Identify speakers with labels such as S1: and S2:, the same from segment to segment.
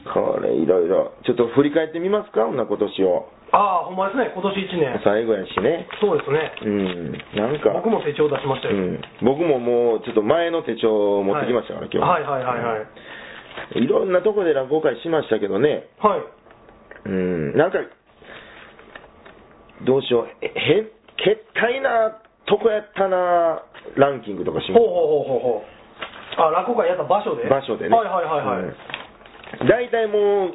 S1: いろいろ。ちょっと振り返ってみますか、ほんな今年を。
S2: ああ、ほんまですね、今年1年。
S1: 最後やしね。
S2: そうですね。
S1: うん、なんか。
S2: 僕も手帳出しました
S1: う
S2: よ。
S1: ん、僕ももう、ちょっと前の手帳を持ってきましたから、
S2: はい
S1: 今日。
S2: はいはいはいはい。
S1: いろんなとこで落語会しましたけどね、
S2: はい。
S1: うん、なんか、どうしよう、えへ、けったいなとこやったなランキングとかし
S2: ほ
S1: ま
S2: うほうほうほうほう。あ、落語会やった場所で
S1: 場所でね。
S2: はいはいはいはい。
S1: うん大体もう、今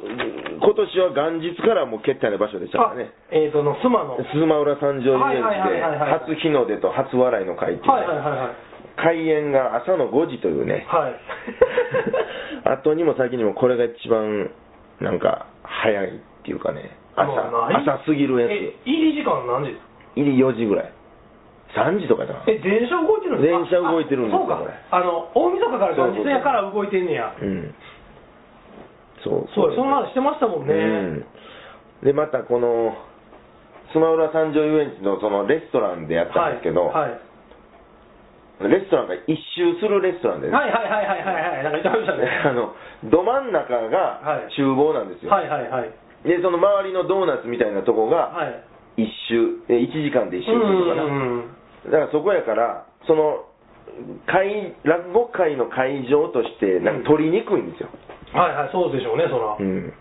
S1: 年は元日からもうけったいな場所でしたか
S2: あ
S1: らね。、
S2: えっ、と、の、須磨の。はい
S1: 鈴間浦三条遊園地
S2: はいはいはいはいはい
S1: で、初日の出と初笑いの会っていうの
S2: はいはいはい。
S1: 開演が朝の5時というね、
S2: はい。
S1: 後にも先にもこれが一番なんか早いっていうかね朝
S2: もうない
S1: 朝過ぎるやつ
S2: え、入り時間何時
S1: 入り4時ぐらい3時とかじゃな
S2: え、電車動いてるんですか
S1: 電車動いてるんですよ
S2: あそうか
S1: これ。
S2: あの、大晦日から元日やから動いてんねや。
S1: うんそう
S2: そうや、そんな話してましたもんね。
S1: うんでまたこのスマウラ三条遊園地のそのレストランでやったんですけど、
S2: はい。はい
S1: レストランが一周するレストランでね、
S2: はいはいはいはいはい。なんか言ってましたね。
S1: あのど真ん中が
S2: はい
S1: 厨房なんですよ、
S2: はいはいはい。
S1: でその周りのドーナツみたいなとこが
S2: はい。
S1: 一周、え1時間で一周するのかな、
S2: うんうんうん
S1: だからそこやから、その会落語会の会場として、なんか取りにくいんですよ、
S2: はいはい、そうでしょうね、そら。
S1: うん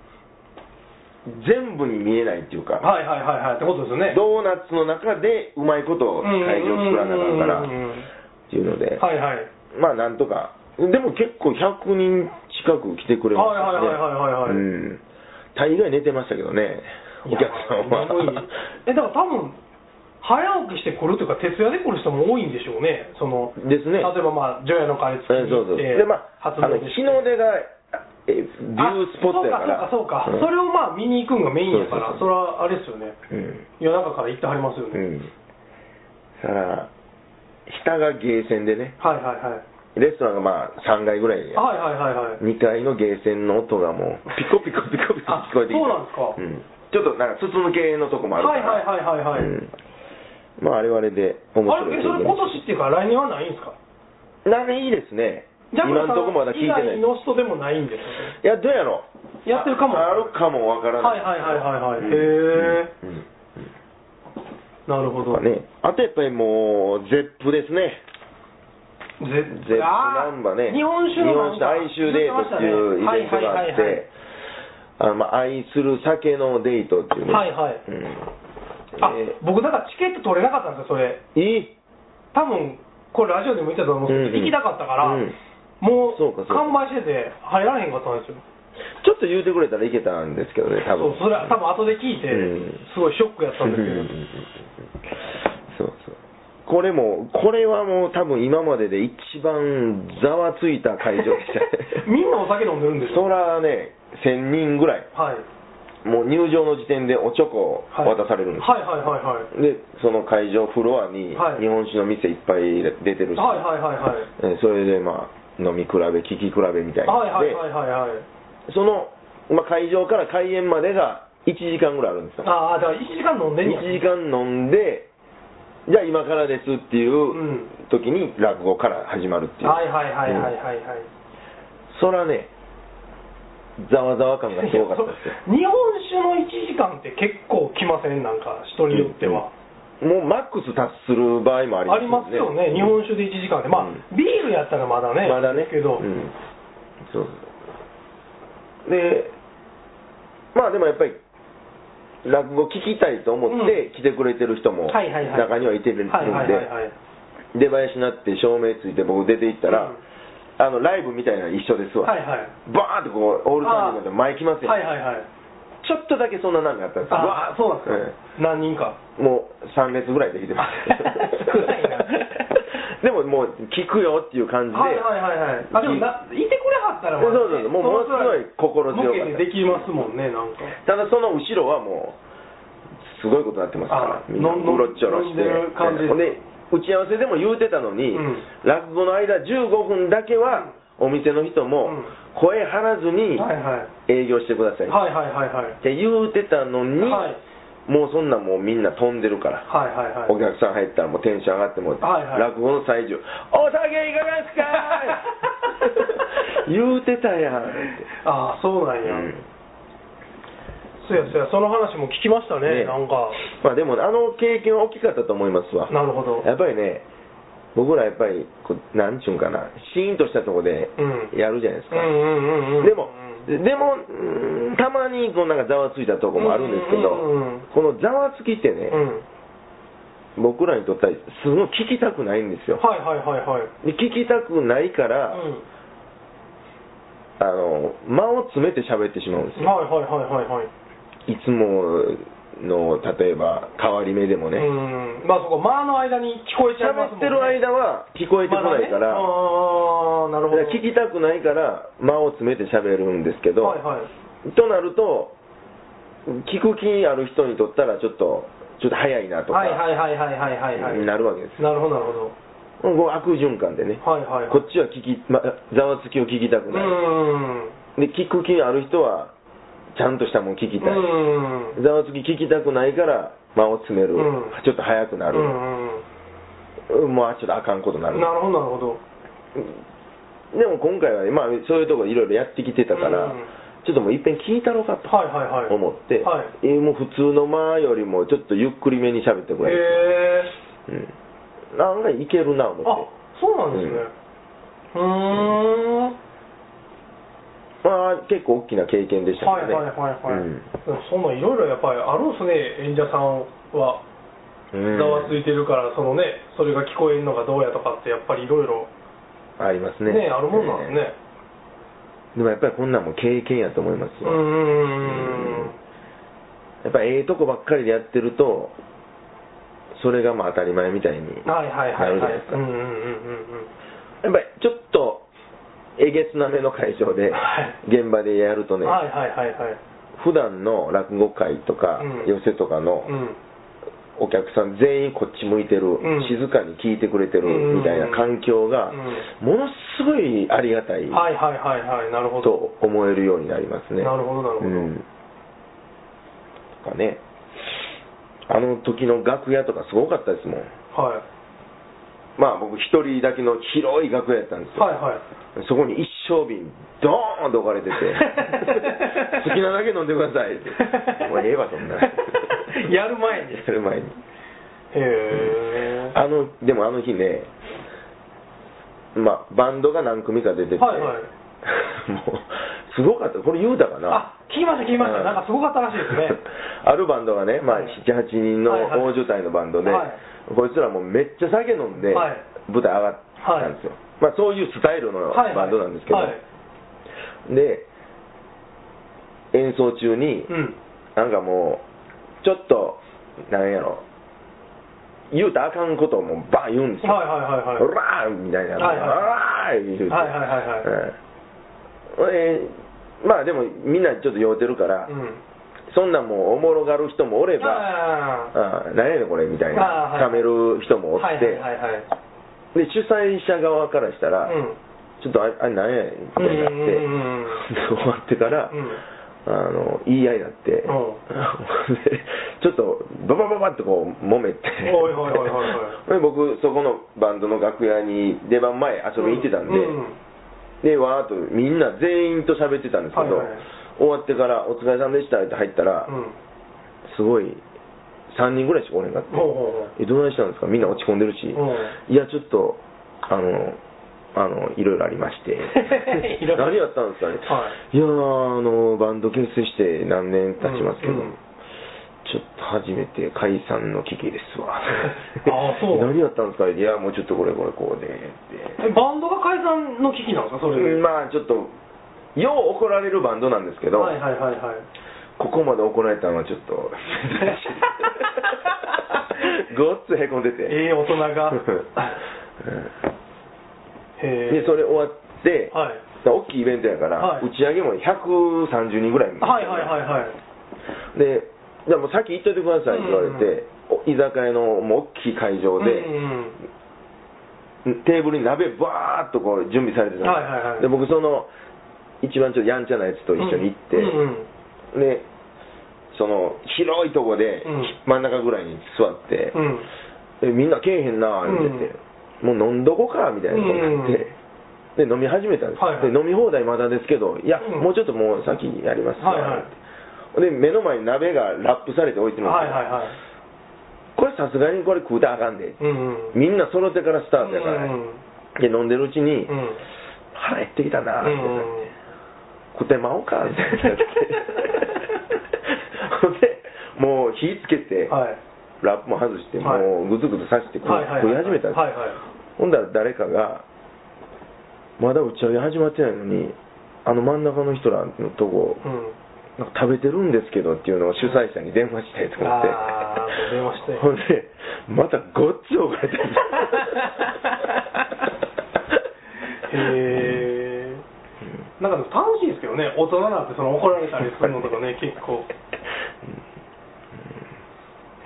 S1: 全部に見えないっていうか、
S2: はいはいはいはい、ってことですよね。
S1: ドーナツの中でうまいこと会場を作らなあかんから
S2: うんう
S1: っ
S2: んうんうん
S1: ていうので、
S2: はいはい。
S1: まあなんとか、でも結構100人近く来てくれましたしね
S2: はいはいはいはいはいはい
S1: うん大概寝てましたけどね、お客さんは。
S2: いやえ、だから多分、早起きして来るというか、徹夜で来る人も多いんでしょうね、その、
S1: ですね
S2: 例えばまあ、除夜の会付き
S1: え
S2: に
S1: そうそう。
S2: 行って、
S1: で、まあ、
S2: 初
S1: あの
S2: 詣して
S1: 日の出が、えビュースポットやから。
S2: あそうか、そうか、そうか。
S1: ん
S2: それをまあ、見に行くんがメインやから、
S1: そうそうそう
S2: それはあれですよね。
S1: うん
S2: 夜中から行ってはりますよ
S1: う
S2: ね。
S1: ん。だから、下がゲーセンでね、
S2: はいはいはい。
S1: レストランがまあ3階ぐらいで、
S2: はいはいはいはい。
S1: 2階のゲーセンの音がもう、ピコピコピコピコ聞こえてきて。
S2: あそうなん
S1: んちょっとなんか筒抜けのとこもあるか
S2: はい
S1: ら。
S2: はいはいはいはい。
S1: うんまあ、あれはあれで面
S2: あ
S1: 白いで
S2: れ、え
S1: す
S2: そ
S1: ね
S2: れ今年っていうか、来年はないんですか
S1: 来年いいですね。
S2: ジャ
S1: 今の
S2: ムさん
S1: とこまだ聞いて
S2: 以
S1: ない。
S2: 外の人でもないんですよね
S1: いや、どうやろう
S2: やってるかも
S1: ああるかもわからない。
S2: はいはいはいはいはい
S1: うん
S2: へ
S1: うんうん
S2: なるほ
S1: と
S2: ど。
S1: かね。あとやっぱりもう、ゼップですね。
S2: ゼ
S1: ゼップナンバね。
S2: 日本酒の
S1: 日本酒哀愁デートっていうイベントがあっ
S2: はい
S1: て、あのまあ愛する酒のデートっていうね。
S2: はいはい
S1: うん
S2: はいはいはい、
S1: え
S2: あ僕、だからチケット取れなかったんですよ、それ。
S1: ーいい
S2: 多分これラジオでも言ったと思うんです
S1: うんう
S2: けど、
S1: ん
S2: 行きたかったから、
S1: うん
S2: もう
S1: そうかそうか
S2: 完売してて、入らへんかったんですよ。
S1: ちょっと言うてくれたらいけたんですけどね、多分。
S2: そうそれは多分後で聞いて、
S1: うん
S2: すごいショックやったんですけ
S1: うんう
S2: ど。
S1: んうんう。んそうそう。これも、これはもう多分今までで一番ざわついた 会場でしたね
S2: みんなお酒飲んでるんです
S1: そ
S2: よ。
S1: らね、1000人ぐらい、
S2: はい。
S1: もう入場の時点でおちょこ
S2: はい
S1: 渡されるんですよ、
S2: はいはいはいはい。
S1: で、その会場フロアに
S2: はい
S1: 日本酒の店いっぱい出てるし、
S2: はいはいはいはい。
S1: えーそれでまあ、飲み比べ、聞き比べみたいな。
S2: はいはいはいはいはい。
S1: で、その、まあ、会場から開演までが1時間ぐらいあるんですよ。
S2: ああ、だから1時間飲んでん
S1: 1
S2: や。
S1: 時間飲んで、じゃあ今からですってい
S2: ん
S1: う時に落語から始まるっていう。
S2: はいはいはいはい
S1: うん
S2: はいはい。
S1: そらね、ざわざわ感がすごかったですよ。
S2: 日本酒の1時間って結構来ませんなんか人によっては、
S1: もうマックス達する場合もあり
S2: ありますよね、日本酒で1時間でまあ、
S1: うん
S2: ビールやったらまだね
S1: まだね。
S2: けど、
S1: うんそうそうで、まあでもやっぱり、落語聞きたいと思って来てくれてる人も
S2: はいはいはい
S1: 中にはいてるんで、
S2: はいはいはいはい
S1: 出囃子になって照明ついて僕出て行ったら、
S2: うん
S1: あのライブみたいなの一緒ですわ、
S2: はいはい
S1: バーンってこうオールタイムで前来ますよ、
S2: はいはいはい
S1: ちょっとだけそんななんかあったんですよ
S2: ああそうなんですか、何人か
S1: ええもう3列ぐらいできてます
S2: 少ないな
S1: でももう聞くよっていう感じで、
S2: はいはいはいはいあでもないてくれはったらまだ
S1: そうそうそうもうものすごい心強かった
S2: 向けてできますもんねなんか
S1: ただその後ろはもうすごいことになってますから
S2: あ
S1: みんな
S2: のの
S1: うろっちょろして
S2: 飲んでる感じ
S1: ええほんで打ち合わせでも言うてたのに、
S2: うん
S1: 落語の間15分だけはお店の人も
S2: うん
S1: 声張らずに
S2: はいはい
S1: 営業してください、
S2: はいはいはいはい
S1: って言うてたのに、
S2: はい
S1: もうそんなんもうみんな飛んでるから、
S2: はいはいはい
S1: お客さん入ったらもうテンション上がってもう、
S2: はいはい
S1: 落語の最中「お酒いかがですか ーい! 」言うてたやんって、
S2: ああそうなん
S1: う
S2: や、
S1: ん
S2: そうやそうや、その話も聞きましたね、なんか。
S1: まあでも、あの経験は大きかったと思いますわ。
S2: なるほど。
S1: やっぱりね、僕らやっぱり、こうなんちゅうんかな、シーンとしたとこで
S2: うん
S1: やるじゃないです
S2: う
S1: か。
S2: んうんうんうん。
S1: でも
S2: うん、
S1: でも、うんたまにこうなんかざわついたとこもあるんですけど、
S2: うんうんうん
S1: このざわつきってね
S2: う、ん。
S1: 僕らにとってはすごい聞きたくないんですよ。
S2: はいはいはいはい。
S1: で聞きたくないから、
S2: う
S1: あの間を詰めて喋ってしまうんです
S2: ん。
S1: よ。
S2: はいはいはいはいはい。
S1: いつもの例えば変わり目でもね、
S2: うん。まあそこ、間の間に聞こえちゃいま
S1: 喋っ
S2: すもんね。
S1: てる間は聞こえてこないから、
S2: まだねああ、なるほど。
S1: 聞きたくないから間を詰めて喋るんですけど、
S2: はいはい。
S1: となると聞く気ある人にとったらちょっとちょっと早いなとか、
S2: はいはいはいはいはいはいはい。
S1: なるわけですよ
S2: なるほどなるほど。
S1: こう悪循環でね、
S2: はいはいはい。
S1: こっちは聞き、ま、ざわつきを聞きたく
S2: う
S1: ない、
S2: ん。
S1: で聞く気ある人はちゃんとしたもん聞きたい、
S2: うん。
S1: ざわつき聞きたくないから間を詰める、
S2: うん
S1: ちょっと早くなる
S2: う、
S1: う
S2: んうん。
S1: んもうあちょっとあかんことにな
S2: な
S1: る
S2: るほどなるほど。
S1: でも今回は、まあ、そういうとこいろいろやってきてたから、
S2: うん
S1: ちょっともういっぺん聞いたろかと
S2: はいはいはい。
S1: 思って、
S2: はい。
S1: えーもう普通の間よりもちょっとゆっくりめに喋ってく
S2: へ
S1: れ、
S2: え。
S1: うん、案外いけるな思
S2: あ
S1: っ、
S2: そうなんですね。うーん。
S1: て、まあ、結構大きな経験でした
S2: はい
S1: け
S2: は
S1: ど
S2: い
S1: ね、
S2: はいはい。
S1: うん
S2: でもそんないろいろやっぱりあるんですね、演者さんは。
S1: うん
S2: ざわついてるから、そのね、それが聞こえるのがどうやとかって、やっぱりいろいろ
S1: ありますね
S2: ね、あるもんなんですね。
S1: でもやっぱりこんなんも経験やと思います
S2: うー
S1: よ、
S2: ん。
S1: やっぱええとこばっかりでやってるとそれがまあ当たり前みたいに
S2: はいはいは
S1: な
S2: いは
S1: る
S2: い。
S1: じゃ
S2: うん
S1: ない
S2: うんうんうんうん。
S1: やっぱりちょっとえげつなめの会場で
S2: はい
S1: 現場でやるとね、
S2: はいはいはいはい。
S1: 普段の落語会とか
S2: うん
S1: 寄席とかの
S2: うん。
S1: お客さん全員こっち向いてる、
S2: ん
S1: 静かに聞いてくれてるみたいな環境が
S2: うん
S1: ものすごいありがたい
S2: はいはいはいはい。なるほど。
S1: と思えるようになりますね。
S2: なるほどなるほど
S1: うんとかねあの時の楽屋とかすごかったですもん。
S2: はい。
S1: まあ僕一人だけの広い楽屋やったんですよ。
S2: はいはい。
S1: そこに一升瓶ドーンと置か れてて好きなだけ飲んでくださいってもうええわそんな
S2: やる前に。
S1: やる前に
S2: へー。
S1: あのでもあの日ねまあバンドが何組か出てて、
S2: はいはい
S1: もうすごかったこれ言うたかな
S2: あ、聞きました聞きまし
S1: う
S2: た。なんかすごかったらしいですね。
S1: あるバンドがね、まあ、
S2: はい
S1: 78人の
S2: はいはい
S1: 大所帯のバンドで、
S2: はい
S1: こいつらもうめっちゃ酒飲んで、
S2: はい
S1: 舞台上がったんですよ、まあ、そういうスタイルの
S2: はいはい
S1: バンドなんですけど、
S2: はい
S1: で演奏中に、
S2: うん。
S1: なんかもうちょっとなんやろ言うたらあかんことをもうバーン言うんですよ
S2: はいはいはいはい。
S1: オラーみたいな、
S2: はい
S1: オラー言うて、
S2: はいはいはいは
S1: うんえーまあでもみんなちょっと酔うてるから、
S2: うん。
S1: そんなんもうおもろがる人もおれば、
S2: あー
S1: あー何やねんこれみたいな、
S2: あーはい
S1: 冷める人もおって、
S2: はいはいはいはい。
S1: で主催者側からしたら、
S2: うん。
S1: ちょっとあれあれ何やねんみたいになって、
S2: うんうんうん
S1: で 終わってから、
S2: うん
S1: あの言い合いになって、
S2: うん
S1: で ちょっとババババってこう揉めて
S2: おいおいおいおい お
S1: で僕そこのバンドの楽屋に出番前遊びに行ってたんで、
S2: うん
S1: でわーっとみんな全員と喋ってたんですけど、
S2: はいはい
S1: 終わってから「お疲れ様でした」って入ったら、
S2: うん。
S1: すごい3人ぐらいしかおれんかって
S2: ほうほうほう
S1: えどないしたんですかみんな落ち込んでるし、
S2: う
S1: いやちょっとあのあのいろいろありまして
S2: いろいろ
S1: 何やったんですかね、、
S2: はい
S1: やーあのバンド結成して何年経ちますけど、
S2: うんうん
S1: ちょっと初めて解散の危機です わ
S2: あーそう
S1: 何やったんですかいやもうちょっとこれこれこうでって
S2: えバンドが解散の危機なんですか、それで。
S1: まあちょっとよう怒られるバンドなんですけど、
S2: はいはいはいはい。
S1: ここまで怒られたのはちょっ とごっつへこんでて
S2: ええ大人 がへえ
S1: で。それ終わって、
S2: はい
S1: 大きいイベントやから、
S2: はい
S1: 打ち上げも130人ぐらい
S2: はいはいはいはい。
S1: でじゃあもう先行っといてくださいって言われて、お居酒屋のもう大きい会場
S2: うん
S1: で、
S2: うん
S1: テーブルに鍋バーっとこう準備されてたんです、
S2: はいはいはい
S1: で僕その一番ちょっとやんちゃなやつと一緒に行って、
S2: うんうん
S1: でその広いとこで、
S2: うん
S1: 真ん中ぐらいに座って、
S2: うん
S1: えみんなけえへんなー言ってて、もう飲んどこかみたいなことになって、で飲み始めたんです、
S2: はいはい
S1: で飲み放題まだですけどいや、
S2: うん
S1: もうちょっともう先やります
S2: はいはい
S1: あで目の前に鍋がラップされて置いてるんですよ、
S2: はいはいはい
S1: これさすがにこれ食うたらあかんで、
S2: うんうん
S1: みんな揃ってからスタートやから、
S2: うんうん
S1: で飲んでるうちに、
S2: うん
S1: 腹減ってきたなって、
S2: うんうん
S1: 食ってまおうかみたいにな ってほんでもう火つけて、
S2: はい
S1: ラップも外して、
S2: はい
S1: もうぐずぐずさして食,、
S2: はいはいはい
S1: 食い始めたんです、
S2: はいはい
S1: ほんだら誰かがまだ打ち上げ始まってないのにあの真ん中の人らのとこ
S2: うん
S1: なんか食べてるんですけどっていうのを主催者に電話したいと思って
S2: あー電話して
S1: ほんでまたごっつ怒られてる
S2: へえなんかでも楽しいですけどね大人になってその怒られたりするのとかね結構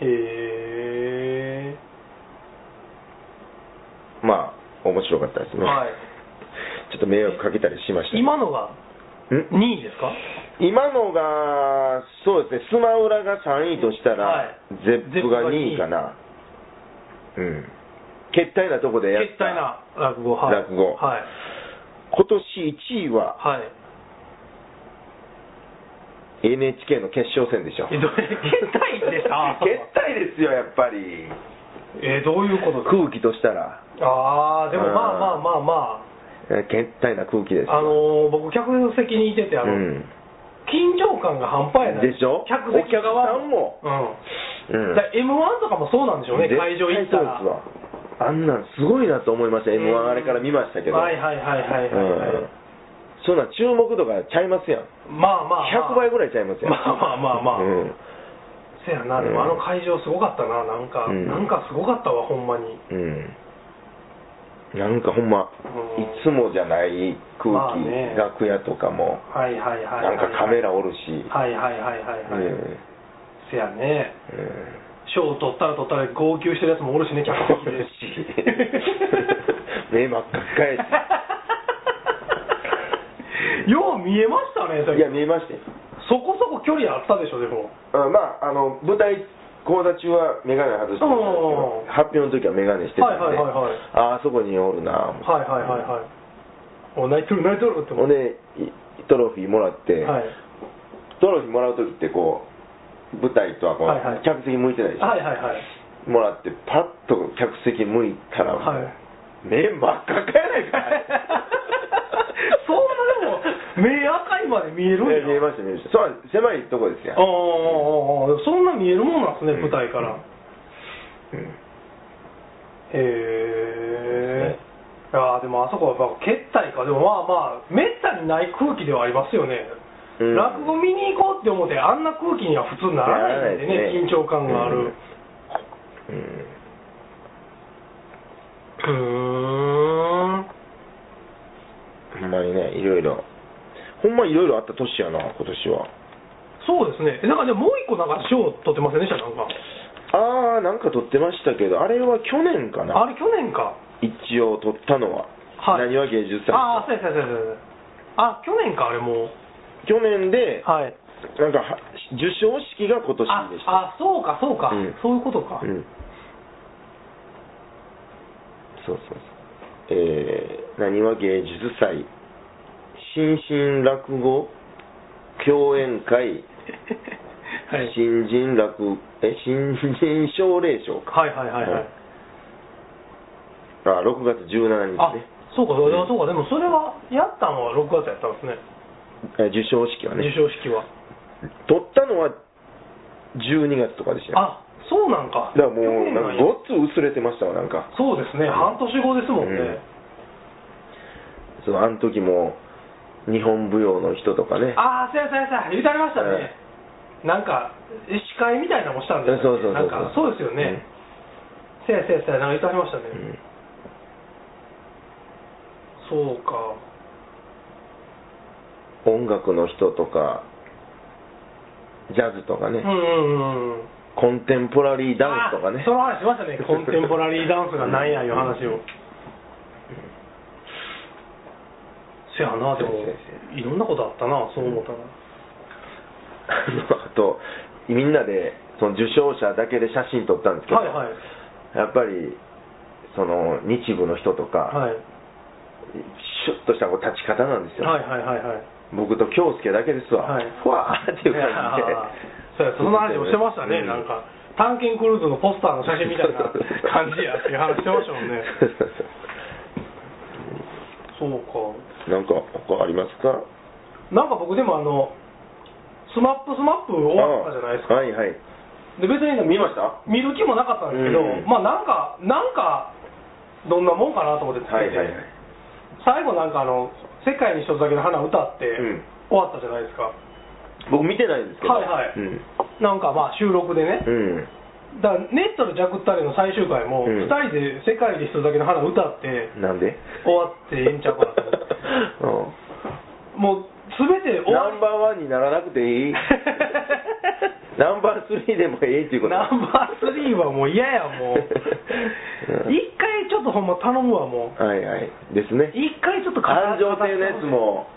S2: へえ
S1: まあ面白かったですね、
S2: はい
S1: ちょっと迷惑かけたりしました
S2: 今のが
S1: ん
S2: 2位ですか
S1: 今のがそうですねスマウラが3位としたら、
S2: はい
S1: ゼップが2位かなうん決体なとこでやっ
S2: 決
S1: た
S2: 体な落語はい
S1: 落語
S2: はい
S1: 今年1位は
S2: はい
S1: NHK の決勝戦でしょ
S2: えどれ決体でした
S1: 決体ですよやっぱり
S2: えーどういうことですか
S1: 空気としたら
S2: ああでも
S1: うん
S2: まあまあまあま
S1: えー決体な空気ですよ
S2: ああのー僕客席にいててあ
S1: う
S2: の、
S1: ん
S2: 緊張感が半端やない
S1: でしょ
S2: 客席側
S1: お客さんも
S2: うん
S1: うん
S2: だ m 1とかもそうなんでしょうね
S1: 絶
S2: 会
S1: 対
S2: 場行ったら
S1: そうですわあんなんすごいなと思いました
S2: うん
S1: m 1あれから見ましたけど
S2: はいはいはいはいはいはい、
S1: うんそんなん注目度がちゃいますやん
S2: まあまあ、まあ、
S1: 100倍ぐらいちゃいますやん
S2: まあまあまあ
S1: う
S2: まあ、
S1: ん
S2: せやなでもあの会場すごかったななんか、
S1: うん
S2: なんかすごかったわほんまに
S1: うんなんかほんま
S2: うん
S1: いつもじゃない
S2: ま
S1: 空
S2: あ
S1: 気
S2: ね
S1: 楽屋とかも
S2: はいはいはい
S1: なんかカメラおるし
S2: はいはいはいはいはい、
S1: うん
S2: せやね
S1: うん
S2: 賞取ったら取ったら号泣してるやつもおるしね客席で
S1: 目真っ赤っかや
S2: よう見えましたねそ
S1: し
S2: れ
S1: いや見えましたよ
S2: そこそこ距離あったでしょでも
S1: うんまああの舞台講座中は眼鏡外してたんですけど
S2: うん
S1: 発表の時は眼鏡してたんで、
S2: はいはいはい
S1: あ
S2: はい
S1: あそこにおるなぁ
S2: はいはいはいはいお泣いてる泣いてるって
S1: ほ
S2: 思
S1: ん
S2: って、
S1: でいトロフィーもらって、
S2: はい、
S1: トロフィーもらう時ってこう舞台とはこう、
S2: はいはい
S1: 客席向いてないでしょ、
S2: はいはいはい
S1: もらってパッと客席向いたら、
S2: はい
S1: 目真っ赤っかやないか い
S2: そんなでも目赤いまで見えるん
S1: い
S2: や
S1: や見えました見えましたそう狭いとこですよ
S2: ああああああそんな見えるもんなんですね、
S1: うん
S2: 舞台から、
S1: うんうん
S2: へえいやーでもあそこはまあ決体かでもまあまあめったにない空気ではありますよね、
S1: うん
S2: 落語見に行こうって思ってあんな空気には普通ならない
S1: なら
S2: んでね
S1: ないですね
S2: 緊張感がある
S1: うん
S2: うーん
S1: ほんまにね、いろいろ。ほんまいろいろあった年やな、今年は。
S2: そうですねえなんかでももう一個なんか賞取ってませんでしたなんか
S1: あー、なんか撮ってましたけど、あれは去年か
S2: あ
S1: な。
S2: れ去年か
S1: 一応撮ったのは。
S2: はい
S1: 何は芸術祭。
S2: ああそうやそうやそうやそうやあ去年かあれもう
S1: 去年で、
S2: はい
S1: なんかは、受賞式が今年でした。
S2: ああそうかそうか、
S1: うん
S2: そういうこと か、
S1: うん。そうそうそう。えー、何は芸術祭。新進落語共演会、
S2: はい
S1: 新人落、え、新人奨励賞か。
S2: はいはいはいはい、
S1: あ6月17
S2: あ
S1: 日ね、
S2: そうか、そうかそうかでもそれはやったのは6月やったんですね
S1: え授賞式はね、
S2: 授賞式は
S1: 取ったのは12月とかでしたよ
S2: あそうなんか
S1: だからもう、
S2: 去年
S1: な
S2: な
S1: ん
S2: んや
S1: かごっつ薄れてましたわ、なんか、
S2: そうですね半年後ですもんね、
S1: そのあの時も、日本舞踊の人とかね、
S2: ああそうやそうやそうや言うてありましたね、なんかえ司会みたいなのもしたんです
S1: そうそうそうそう
S2: なんかそうですよね、せやせやせやなんか言うてありましたね、
S1: うん
S2: そうか
S1: 音楽の人とか、ジャズとかね、
S2: うんうんうん
S1: コンテンポラリーダンスとかね
S2: あ、その話しましたねコンテンポラリーダンスがなんやいう話をせやなでも
S1: そうそう
S2: いろんなことあったなそう思ったら、
S1: あの あと、みんなで、その受賞者だけで写真撮ったんですけど、
S2: はいはい
S1: やっぱり、その日舞の人とか、
S2: はい
S1: シュッとしたこう立ち方なんですよ、
S2: はいはいはいはい
S1: 僕と京介だけですわ、
S2: はい
S1: ふわーっていう感じで
S2: いやーそうやその話をしてました ね、なんか探検クルーズのポスターの写真みたいな感じやっていう話してましたもんね
S1: そうそうそう
S2: そうか
S1: なんか他ありますか
S2: なんか僕でもあのスマップスマップ終わったじゃないですか
S1: はいはい
S2: で別に見ました見る気もなかったんですけど、
S1: うん
S2: まあなんかなんかどんなもんかなと思ってつ
S1: はい
S2: けて、
S1: はいはい
S2: 最後なんかあの「世界に一つだけの花」歌って
S1: うん
S2: 終わったじゃないですか、
S1: 僕見てないんですけど
S2: はいはい
S1: うん
S2: なんかまあ収録でね、
S1: うん
S2: だからネットのジャクタレの最終回も、
S1: うん
S2: 二人で「世界で一つだけの花」歌って
S1: なんで
S2: 終わってええんちゃうかなと思ってもう全て
S1: うん
S2: 終わ
S1: ナ
S2: り
S1: ンバーワンにならなくて いいナンバースリーでもええっていうこと
S2: ナンバー3はもう嫌や もう
S1: うん
S2: 一回ちょっとほんま頼むわもう
S1: はいはいですね
S2: 一回ちょっと
S1: 感情性のやつも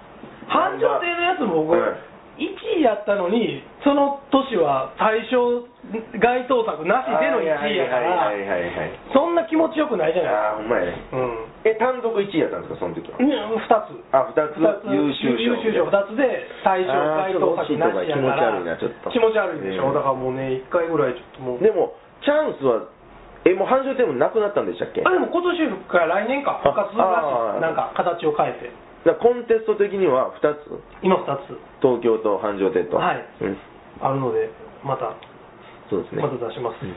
S2: 繁盛亭のやつも僕、
S1: うん
S2: 1位やったのにその年は対象該当作なしでの1位やか
S1: はいはい
S2: ら
S1: はいはいはい
S2: そんな気持ちよくないじゃない
S1: ああほんまやね
S2: ですかうん
S1: え単独1位やったんですかその時は
S2: 2つ
S1: あ二つ優秀賞
S2: 優秀賞2つで対象該当作なしやから
S1: あーちょっと
S2: 気持ち悪いでしょ、
S1: うん
S2: だからもうね1回ぐらいちょっともう
S1: でもチャンスはえもう繁盛店もなくなったんでしたっけ
S2: あでも今年から来年か復活するらし
S1: ああー
S2: いなんか形を変えて
S1: だからコンテスト的には2つ
S2: 今2つ
S1: 東京と繁盛店と
S2: はい
S1: うん、
S2: あるのでまた
S1: そうですね
S2: また出します、
S1: うんうん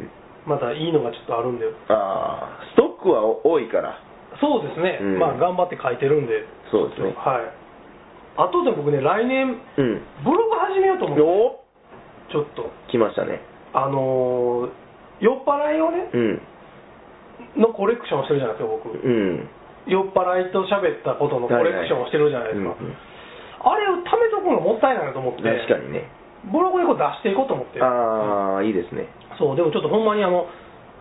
S1: うん
S2: またいいのがちょっとあるんで
S1: ああストックは多いから
S2: そうですね、
S1: うん
S2: まあ頑張って書いてるんで
S1: そうですね
S2: はいあとで僕ね来年
S1: うん
S2: ブログ始めようと思って
S1: お
S2: ちょっと
S1: 来ましたね
S2: あのー酔っ払いをね
S1: うん
S2: のコレクションをしてるじゃないですか僕
S1: うん
S2: 酔っ払いと喋ったことのコレクションをしてるじゃないですか、
S1: はいはいうんうん
S2: あれを貯めとくのもったいないなと思って
S1: 確かにね
S2: ブログでこう出していこうと思って
S1: ああいいですね
S2: そうでもちょっとほんまにあの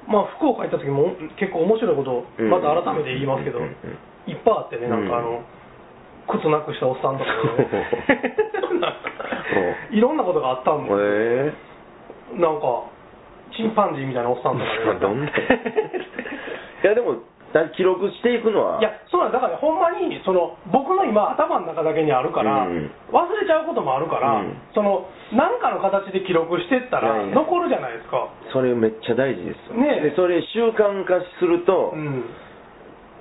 S2: まあ福岡行った時も結構面白いこと
S1: うん
S2: また改めて言いますけど、
S1: うんうんうん
S2: いっぱいあってねなんかあの、
S1: うん
S2: 靴なくしたおっさんとか ねなんかいろんなことがあったんで
S1: へえ
S2: なんかチンパンジーみたいなおっさんとかね
S1: どんな いやでもだ記録していくのはい
S2: やそうなんだからほんまにその僕の今頭の中だけにあるから、
S1: うん
S2: 忘れちゃうこともあるから、
S1: うん
S2: その何かの形で記録してった
S1: い
S2: ら
S1: やいや
S2: 残るじゃないですか、
S1: それめっちゃ大事ですよ
S2: ねえ
S1: でそれ習慣化すると、
S2: うん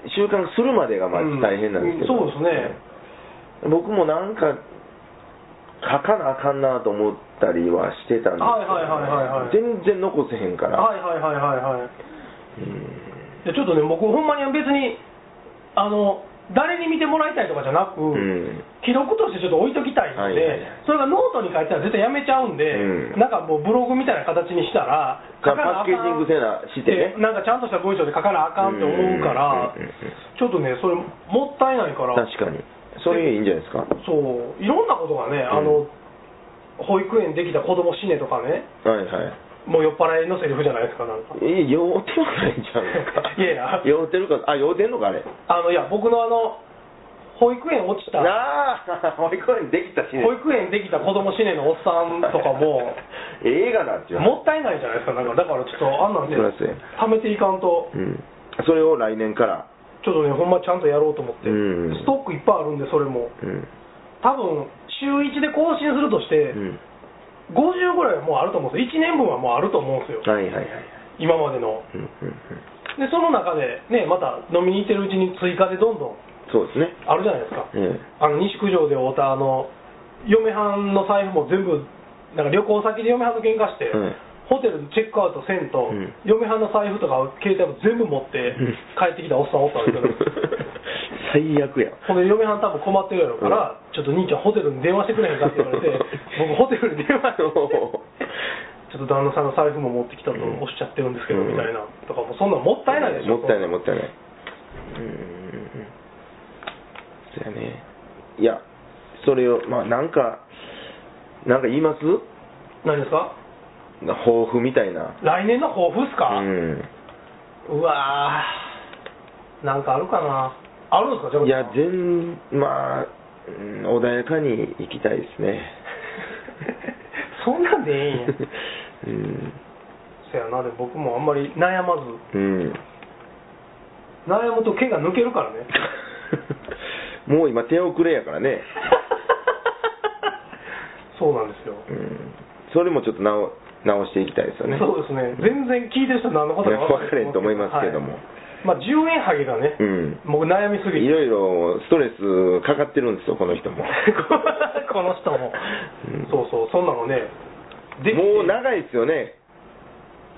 S1: 習慣するまでがまず大変なんですけど、
S2: うんそうですね
S1: 僕もなんか書かなあかんなと思ったりはしてたんですけど、
S2: はいはいはいはいはい
S1: 全然残せへんから、
S2: はいはいはいはいはい
S1: うん
S2: いやちょっとね僕ほんまに別にあの誰に見てもらいたいとかじゃなく、
S1: ん
S2: 記録としてちょっと置いときたいの
S1: はい
S2: で、
S1: はいはい
S2: それがノートに書いてたら絶対やめちゃうんで、
S1: うん
S2: なんかもうブログみたいな形にしたら
S1: じゃ
S2: 書
S1: あ
S2: かなあ
S1: パ
S2: かん
S1: ッケージングせなしてね
S2: でなんかちゃんとした文章で書かなあかんって思うから、
S1: うんうんうんうん
S2: ちょっとねそれもったいないから
S1: 確かにそれいいんじゃないですか
S2: そういろんなことがねあの、保育園できた子供死ねとかね
S1: はいはい
S2: もう酔っ払いのセリフじゃないですかなんか
S1: え酔うてはないんちゃうんですか
S2: いやいや
S1: 酔うてるかあ酔うてんのかあれ
S2: あのいや僕のあの保育園落ちた
S1: なあ保育園できたしね
S2: 保育園できた子供死ねのおっさんとかも
S1: 映画なんちゅう話
S2: もったいないじゃないですかなんかだからちょっとあんなんで
S1: そうですね
S2: 貯めていかんと
S1: うんそれを来年から
S2: ちょっとねほんまちゃんとやろうと思って
S1: うん
S2: ストックいっぱいあるんでそれも
S1: うん
S2: 多分週1で更新するとして
S1: うん
S2: 50ぐらいはもうあると思うんですよ1年分はもうあると思うんですよ
S1: はいはいはい
S2: 今までの
S1: うんうんうん
S2: でその中でねまた飲みに行ってるうちに追加でどんどん
S1: そうですね
S2: あるじゃないですか
S1: え
S2: あの西九条で会うたあの嫁はんの財布も全部なんか旅行先で嫁はんと喧嘩して、
S1: うん
S2: ホテルチェックアウトせんと、
S1: うん
S2: 嫁はんの財布とか携帯も全部持って
S1: うん
S2: 帰ってきたおっさんおったんですけど
S1: 最悪や
S2: ほんで嫁はん多分困ってるやろから、ちょっと兄ちゃんホテルに電話してくれへんかって言わ れて僕ホテルに電話して
S1: お
S2: ちょっと旦那さんの財布も持ってきたとおっしゃってるんですけど、
S1: うん
S2: みたいなとかもうそんなんもったいないでしょ
S1: もったいないもったいないうんうんうんそうやねいやそれをまあなんかなんか言います
S2: 何ですか
S1: 抱負みたいな
S2: 来年の抱負っすか、
S1: うん
S2: うわーなんかあるかなあるんですかジャコ
S1: いや
S2: さん
S1: 全まあ、うん穏やかに行きたいですね
S2: そんなんでええん や
S1: うん
S2: そやなで僕もあんまり悩まず
S1: うん
S2: 悩むと毛が抜けるからね
S1: もう今手遅れやからね
S2: そうなんですよ。
S1: うん、それもちょっと直直していきたいですよね
S2: そうですね。全然聞いてる人何のこと
S1: いや分かれんと思いますけども
S2: はいまあ、10円ハゲがね、
S1: うん
S2: 僕悩みすぎ
S1: い
S2: て。
S1: ろいろストレスかかってるんですよこの人も
S2: この人も、
S1: うん
S2: そうそう、そんなのね、で
S1: もう長いですよね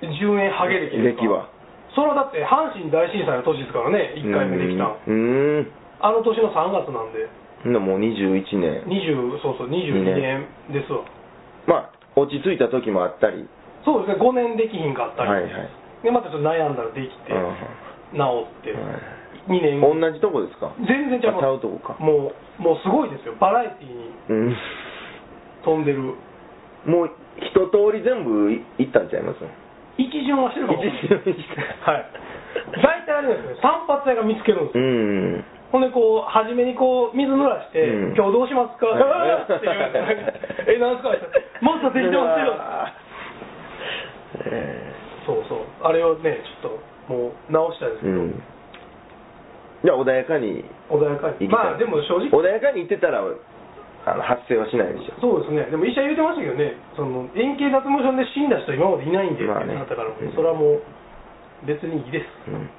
S2: 10円ハゲ歴ですか
S1: 歴は
S2: それはだって阪神大震災の年ですからね、1回目できたん、
S1: うんうん
S2: あの年の3月なんで、
S1: ほんならもう21年
S2: 20そうそう22年ですわ、
S1: まあ落ち着いた時もあったり
S2: そうですね、5年できひんかったり、
S1: はいはい
S2: でまたちょっと悩んだらできて、
S1: うん
S2: 治って、
S1: はい
S2: 2年後、
S1: 同じとこですか
S2: 全然ちゃい
S1: あちゃ
S2: ま
S1: うとこか
S2: す、もうもうすごいですよ、バラエティーに
S1: うん
S2: 飛んでる、
S1: もう一通り全部いいったんちゃいます
S2: 一巡はしてるかもしれない。
S1: 一巡
S2: はい大体あれですね、散髪屋が見つけるん です
S1: う
S2: よ、
S1: ん
S2: ほんでこう、初めにこう水濡らして、
S1: うん
S2: 今日どうしますか、
S1: はい
S2: って言われて、え、なんすかもっと適当にしてよ
S1: え
S2: そうそう、あれをね、ちょっともう直したいです
S1: ーうん
S2: けど、
S1: じゃあ穏やかに
S2: 穏やか
S1: い
S2: に、
S1: きたい
S2: まあでも正直、
S1: 穏やかに行ってたらあの発生はしないでしょ
S2: そうですね、でも医者言うてましたけどね、その円形脱毛症で死んだ人、今までいないんで、
S1: まあね
S2: ってなったから、もう
S1: うん
S2: それはもう、別にいいです。
S1: うん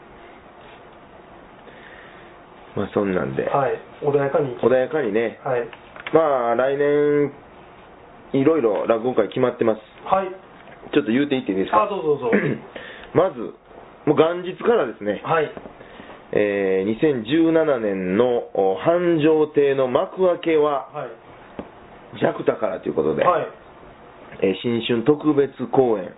S1: まあそんなんで、
S2: はい、穏やかに生き
S1: 穏やかにね、
S2: はい、
S1: まあ来年、いろいろ落語会決まってます。
S2: はい、
S1: ちょっと言うていっていいですか
S2: あ、どうぞどうぞ、
S1: まず、もう元日からですね、
S2: はい、
S1: えー2017年のお繁盛亭の幕開けは
S2: はい、
S1: 弱太からということで、
S2: はい、
S1: えー新春特別公演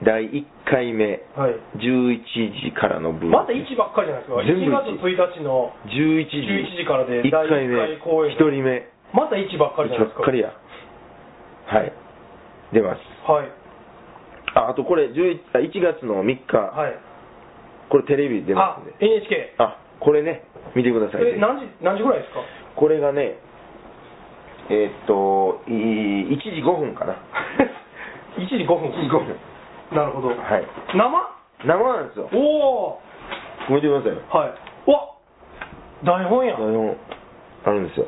S1: 第1回目、
S2: はい、
S1: 11時からの分
S2: また1ばっかりじゃないですか、
S1: 全部
S2: 1月1日の、
S1: 11時
S2: 11時からで
S1: 1回目
S2: 第一回公演
S1: 1人目
S2: また1ばっかりじゃない
S1: ば
S2: ですか。
S1: っかりやはい出ます
S2: はい、
S1: ああとこれ11あ1月の3日、
S2: はい、
S1: これテレビ出ま
S2: あ
S1: すんで
S2: NHK、
S1: あこれね見てください
S2: え
S1: ぜひ
S2: 何時何時ぐらいですか
S1: これがねえーっとい1時5分 かな
S2: 1時5分
S1: 1時5分
S2: なるほど、
S1: はい
S2: 生
S1: 生なんですよ
S2: おお
S1: 見てくださいよ
S2: はいわ台本や
S1: あのあるんですよ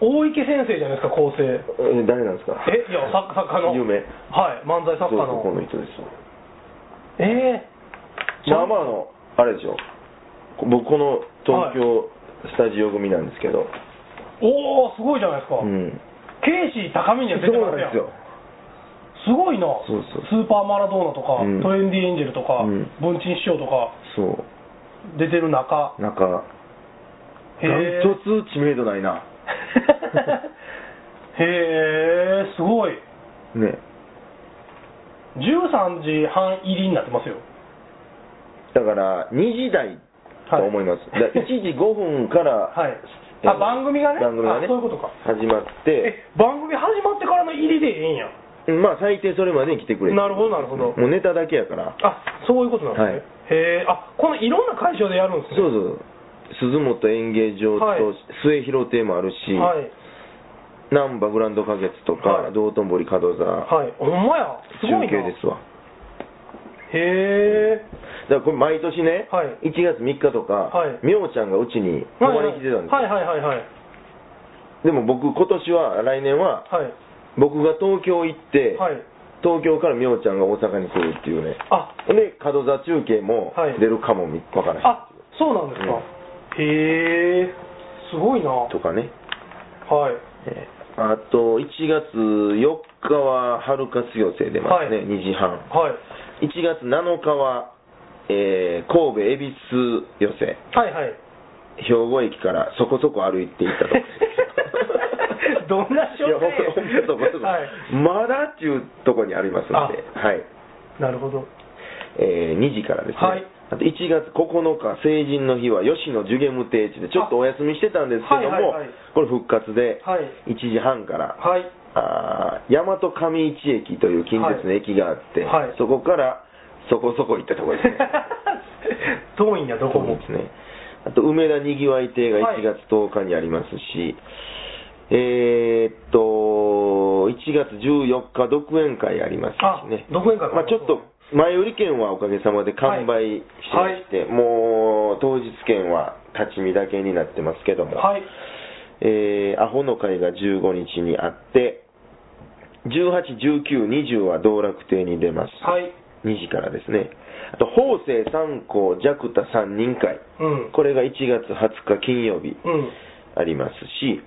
S2: 大池先生じゃないですか構成
S1: え誰なんですか
S2: えいや作作家の
S1: 有名
S2: はい漫才作
S1: そ
S2: 家
S1: う
S2: の
S1: そうこの人ですよ
S2: ええー、
S1: まあまあのあれでしょこ僕この東京スタジオ組なんですけど、
S2: おおすごいじゃないですか、
S1: うん
S2: ケイシー高見には
S1: そ
S2: 出て
S1: う
S2: ま
S1: なん
S2: すや
S1: で
S2: ん
S1: すよ
S2: すごいな
S1: そうそう
S2: スーパーマラドーナとか、
S1: うん
S2: トレンディエンジェルとか、
S1: うん
S2: 文鎮師匠とか
S1: そ
S2: 出てる中
S1: うなんか
S2: へえ
S1: ダントツ知名度ないな
S2: へえすごい
S1: ね
S2: 13時半入りになってますよ
S1: だから2時台と思います、
S2: はい
S1: だから1時5分から、
S2: はい
S1: えー
S2: あ番組がね
S1: 番組がね
S2: あそういうことか
S1: 始まって
S2: え番組始まってからの入りでええんや
S1: まあ最低それまでに来てくれ
S2: なるほどなるほど
S1: もうネタだけやから
S2: あそういうことなん
S1: はい
S2: ですね、へえあこのいろんな会場でやるんです
S1: そう
S2: ね
S1: そう鈴本演芸場と
S2: はい
S1: 末広亭もあるし、
S2: はい
S1: 難波グランド花月とか、
S2: はい
S1: 道頓堀角座、
S2: はいほんまやすご
S1: 中
S2: いな
S1: 継ですわ
S2: へえ
S1: だからこれ毎年ね、
S2: はい
S1: 1月3日とか、
S2: はい
S1: みょうちゃんがうちに泊まりに来てたんですよ、
S2: はいはいはいはい
S1: でも僕今年は来年は
S2: はい
S1: 僕が東京行って、
S2: はい
S1: 東京からみょうちゃんが大阪に来るっていうね
S2: あ
S1: で角座中継も
S2: はい
S1: 出るかもみわからへん、
S2: あそうなんですか、へえすごいなは
S1: とかね、
S2: い
S1: えーあと1月4日は春活寄せ出ますね、
S2: はい
S1: 2時半
S2: はい
S1: 1月7日は、えー神戸恵比寿寄せ
S2: はいはい
S1: 兵庫駅からそこそこ歩いていったと
S2: どんな商
S1: いや
S2: 店
S1: ほんとほん とそこそこ
S2: はい
S1: まだっていうとこにありますので、はい
S2: なるほど
S1: えー2時からですね、
S2: はい
S1: あと1月9日成人の日は吉野寿ゲ無定地でちょっとお休みしてたんですけども、
S2: あはいはいはい
S1: これ復活で
S2: はい
S1: 1時半から、
S2: はい
S1: あー大和上市駅という近鉄の駅があって、
S2: はいはい
S1: そこからそこそこ行ったとこですね
S2: 遠いんやど
S1: そ
S2: こ
S1: う
S2: も
S1: ですねあと梅田にぎわい亭が
S2: はい
S1: 1月10日にありますし、えーっと1月14日独演会ありますしね
S2: あ独演会も
S1: まあ、ちょっと前売り券はおかげさまで完売してまして、もう当日券は立ち見だけになってますけども、
S2: はい
S1: えーアホの会が15日にあって、 18、19、20は道楽亭に出ます。
S2: はい。
S1: 2時からですね。あと、法政三校弱太三人会。
S2: うん。
S1: これが1月20日金曜日
S2: うん。
S1: ありますし、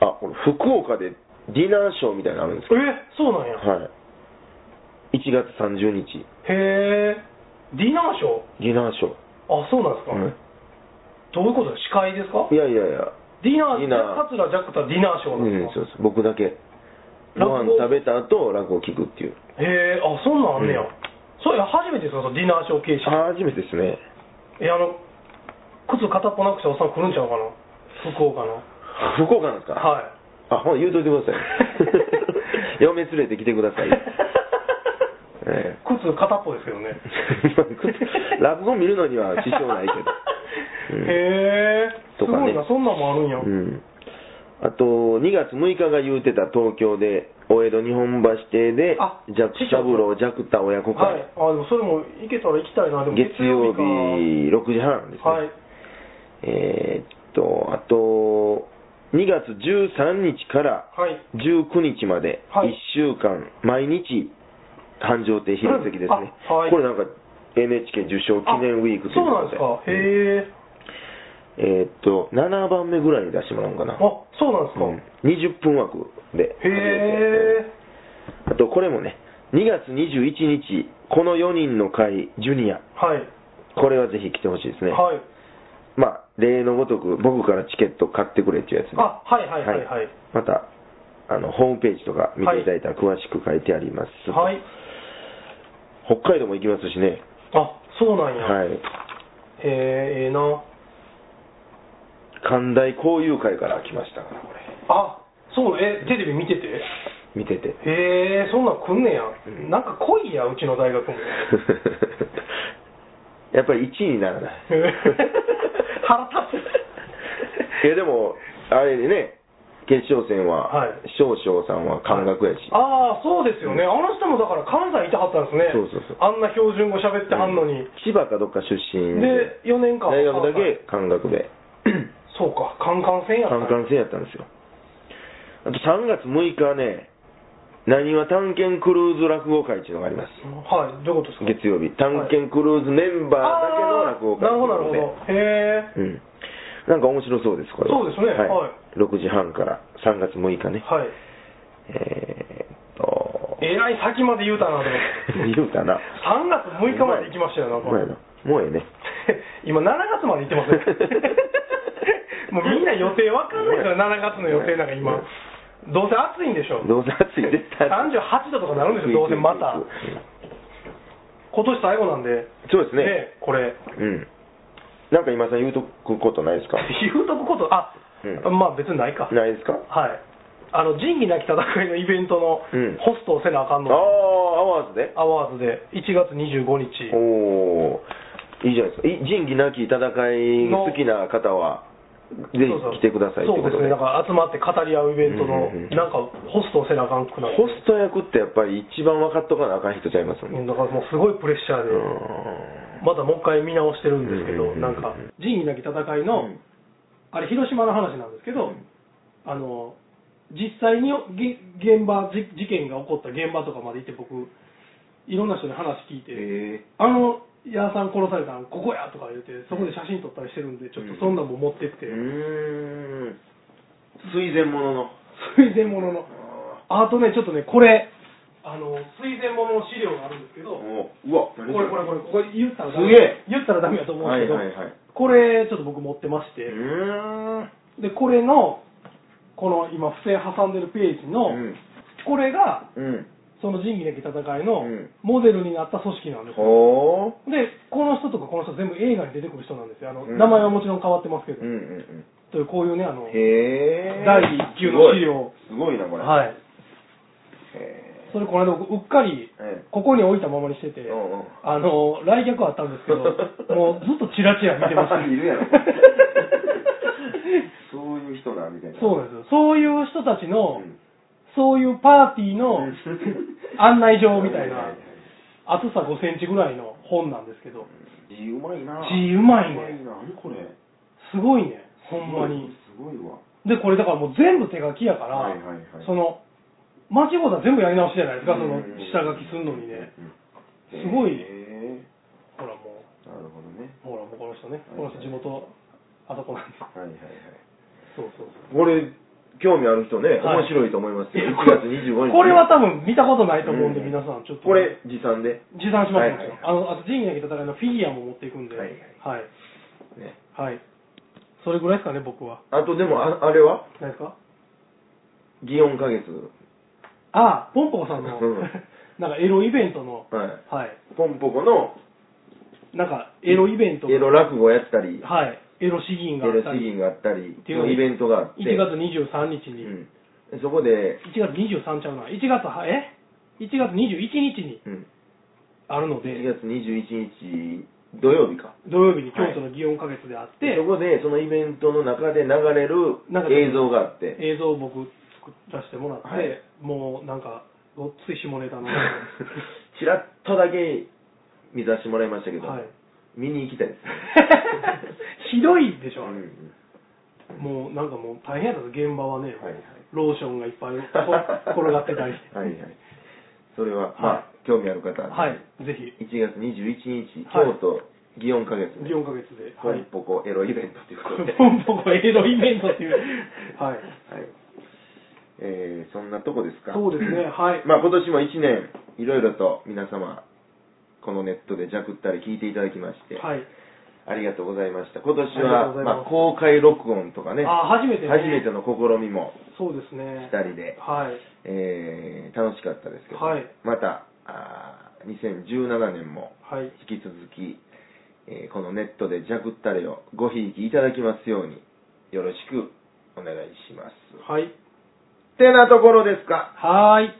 S1: あ、これ福岡でディナーショーみたいなのあるんですけ
S2: え、そうなんや。
S1: ど、はい。1月30日、
S2: へえ。ディナーショー
S1: ディナーショ
S2: あ、そうなんですか。
S1: ー。うん
S2: どういうこと司会ですか
S1: いやいやいや、
S2: ディナー、
S1: ディナー
S2: 桂ジャクタディナーショー
S1: う
S2: なん
S1: ん
S2: で、す
S1: そ
S2: か
S1: うです。僕だけ。ご
S2: 落語
S1: 飯食べた後、落語聞くっていう。
S2: へえ、あ、そんなんあんねや。
S1: うん
S2: それ初めてですか、そのディナーショー形式。
S1: あ初めてですね。
S2: え、あの、靴片っぽなくしておっさん来るんちゃうかな福岡の。
S1: 福岡なんですか
S2: はい。
S1: あ、ほん言うといて ください。嫁連れてきてください。ええ。
S2: 靴片っぽですけどね
S1: 落語見るのには支障ないけどうん
S2: へえ。す
S1: とか
S2: ご
S1: ね
S2: いな、そんなんもあるん や。
S1: うん、あと、2月6日が言うてた東京で、大江戸日本橋邸で
S2: あ、
S1: ジャック
S2: 師匠
S1: サブロー、ジャクタ親子
S2: はい。
S1: 会、
S2: あ、でもそれも行けたら行きたいな。でも
S1: 月曜日6時半ですね。
S2: か。はい。
S1: えーっと、あと、2月13日から
S2: はい。
S1: 19日まで、
S2: は
S1: 1
S2: い
S1: 週間、毎日、繁盛亭弘前ですね
S2: うん。あはい
S1: これなんか、NHK 受賞記念ウィークとい
S2: あそう
S1: う
S2: なん
S1: こと
S2: です
S1: で。
S2: か。へえ。
S1: えーっと、7番目ぐらいに出してもらおうかな
S2: あ。、そうなんですか。
S1: うん20分枠で。
S2: へえ。
S1: あとこれもね、2月21日、この4人の会、ジュニア、
S2: はい。
S1: これはぜひ来てほしいですね。
S2: はい。
S1: まあ、例のごとく、僕からチケット買ってくれっていうやつね。
S2: あ、はいはいはいはい。
S1: また、あの、ホームページとか見ていただいたら詳しく書いてあります。
S2: はい。
S1: 北海道も行きますしね。
S2: あ、そうなんや。
S1: はい。
S2: へえ、ええな。
S1: 寛大交友会から来ましたから、これ。
S2: あ、そう、え、テレビ見てて
S1: 見てて。
S2: へえ、そんなん来んねや
S1: ん。
S2: なんか来いや、うちの大 学も。
S1: やっぱり1位にならない。
S2: 腹立つ
S1: いやでも、あれでね、決勝戦は、
S2: はい
S1: 少々さんは感覚やし、
S2: ああそうですよね、あの人もだから関西いてはったんですね
S1: そうそうそう
S2: あんな標準語喋ってはんのに、
S1: 千葉かどっか出身
S2: で4年間
S1: 大学だ
S2: 関
S1: け感覚
S2: 西
S1: で、
S2: そうかカンカン戦やった
S1: カンカン戦やったんですよ。あと3月6日ね、なにわ探検クルーズ落語会っていうのがあります。
S2: はいどういうことですか
S1: 月曜日、探検クルーズメンバーだけの落語会
S2: あーなるほどなる
S1: と
S2: ほ
S1: いうことで
S2: どへえ
S1: うん。なんか面白そうです、これは
S2: そうですねはい
S1: 6時半から3月6日ね。
S2: はい
S1: えーっと、
S2: えらい先まで言うたなと思って
S1: 言うたな
S2: 3月6日まで行きましたよな
S1: ほんまやなもうええね
S2: 今7月まで行ってます ねもうみんな予定わかんないから7月の予定なんか今どうせ暑いんでしょ
S1: どうせ暑い絶対暑い
S2: 38度とかなるんですよどうせまた
S1: うん
S2: 今年最後なんで
S1: そうですね
S2: これ
S1: うんなんか今さ言うとくことないですか
S2: 言うとくことあ、
S1: うん
S2: まあ別にないか
S1: ないですかあ
S2: はいあの仁義なき戦いのイベントの
S1: うん
S2: ホストをせなあかん
S1: あ
S2: の、
S1: アワーズで
S2: アワーズで1月25日
S1: おおーいいじゃないですかい仁義なき戦い好きな方はぜ
S2: そうそう
S1: ひ来てくださいと
S2: そ
S1: いう
S2: う
S1: こと
S2: ですね
S1: で
S2: だから集まって語り合うイベントの、
S1: うんうんうん
S2: なんかホストをせなあかんくなって
S1: ホスト役ってやっぱり一番分かっとかなあかん人ちゃいますもん
S2: う
S1: ね
S2: んだからもうすごいプレッシャーで、
S1: うん
S2: まだもう一回見直してるんですけど、
S1: うんうんうんうん
S2: なんか仁義なき戦いの、あれ広島の話なんですけど、あの実際にげ現場じ事件が起こった現場とかまで行って僕いろんな人に話聞いて、
S1: え
S2: あの矢田さん殺されたのここやとか言うてそこで写真撮ったりしてるんでちょっとそんなんも持ってって、
S1: ー うーん水前物の
S2: 水前物のあとねちょっとねこれあの水前物の資料があるんですけど、
S1: おうわ
S2: これこれこれこれ言ったらダメ
S1: すげえ
S2: 言ったらダメだと思うん
S1: は
S2: で
S1: い
S2: すけど、
S1: はいはい
S2: これちょっと僕持ってまし
S1: う
S2: て、
S1: ーん
S2: でこれのこの今付箋挟んでるページの、
S1: うん
S2: これが
S1: うん
S2: その仁義なき戦いの
S1: うん
S2: モデルになった組織なんですよ、
S1: ほう
S2: でこの人とかこの人全部映画に出てくる人なんですよあの、
S1: うん
S2: 名前はもちろん変わってますけど、
S1: うんうん
S2: というこういうねあ
S1: う
S2: の
S1: んへえ
S2: 第一級の資料
S1: すごいすごいなこれい
S2: はい
S1: へ
S2: それこの間僕うっかり
S1: え
S2: ここに置いたままにしてて、
S1: えうんうん
S2: あの来客あったんですけ どもうずっとチラチラ見てました
S1: いるやろそういう人なみたいな
S2: そう
S1: う
S2: なんですよそういう人たちの、
S1: ん
S2: そういうパーティー の案内状みたい
S1: はは
S2: な
S1: は
S2: 厚さ5センチぐらいの本なんですけど
S1: 字うまいな
S2: 字うまいね
S1: うな何これ
S2: すごいねほんまに
S1: すごいわ
S2: でこれだからもう全部手書きやから、
S1: はいはいはい
S2: その間違うたら全部やり直しじゃないですか、そ
S1: うん
S2: の下書きすんのにね。
S1: うん
S2: すごい
S1: へえ
S2: ほらもう、
S1: なるほどね
S2: ほらもうこの人ね、この人地元、あそこなんです。
S1: はいはいはい
S2: そうそうそう。
S1: これ興味ある人ね、
S2: はい
S1: 面白いと思います よ
S2: いや
S1: 1月25日
S2: これは多分見たことないと思うんで、皆さんちょっと。
S1: これ持参で
S2: 持参します
S1: はいはい
S2: よ。あの、あと仁義なき戦いのフィギュアも持っていくんで。
S1: は
S2: はいい
S1: はい。
S2: はい。
S1: ね
S2: それぐらいですかね、僕は。
S1: あとでもああれは
S2: ないですか
S1: 祇園花月
S2: ああ、ポンポコさんの
S1: うん、
S2: なんかエロイベントの、
S1: は
S2: はい。
S1: いポンポコの
S2: なんかエロイベントが
S1: エロ落語やったり
S2: はい。エロ詩
S1: エ
S2: 吟があ
S1: ロ
S2: った
S1: 詩
S2: り。
S1: 吟があったり
S2: っていうの
S1: の
S2: に
S1: イベントがあって
S2: 1月23日に。
S1: うん、そこで、
S2: 1月23ちゃうな。1月は、え ?1 月21日に
S1: うん、
S2: あるの
S1: 1
S2: で、
S1: 月21日土曜日か
S2: 土曜日に京都の祇園花月であって、
S1: そこでそのイベントの中で流れる
S2: なんか
S1: 映像があって
S2: 映像を僕作らせてもらって、
S1: はい
S2: もうなんかごっつい下ネタの
S1: ちらっとだけ見させてもらいましたけど、
S2: はい
S1: 見に行きたい ですね
S2: ひどいでし
S1: う
S2: ょ、
S1: ん
S2: もうなんかもう大変だった現場はね、
S1: はいはい
S2: ローションがいっぱいこ転がってたりし て
S1: はいはいそれは、
S2: はい
S1: まあ興味ある方は
S2: はいぜひ
S1: 1月21日
S2: はい
S1: 京都祇園花月ね
S2: 4ヶ月で、
S1: ポ
S2: は
S1: ン
S2: い、
S1: ポコエロイベントということで
S2: ポンポコエロイベン トっていうはい
S1: えーそんなとこですか
S2: そうで すねはい
S1: まあ今年も1年いろいろと皆様このネットでジャクったり聞いていただきまして、
S2: はい、
S1: ありがとうございました今年
S2: ありがとう
S1: は
S2: ござい
S1: ま
S2: ます
S1: あ、公開録音とかね
S2: あ初めて、ね、
S1: 初めての試みも
S2: そうですね
S1: したりで、
S2: はい
S1: えー楽しかったですけど、
S2: はい
S1: またあー2017年も
S2: はい
S1: 引き続き、えーこのネットでジャクったれをごひいきいただきますようによろしくお願いします。
S2: はい
S1: ってなところですか
S2: はーい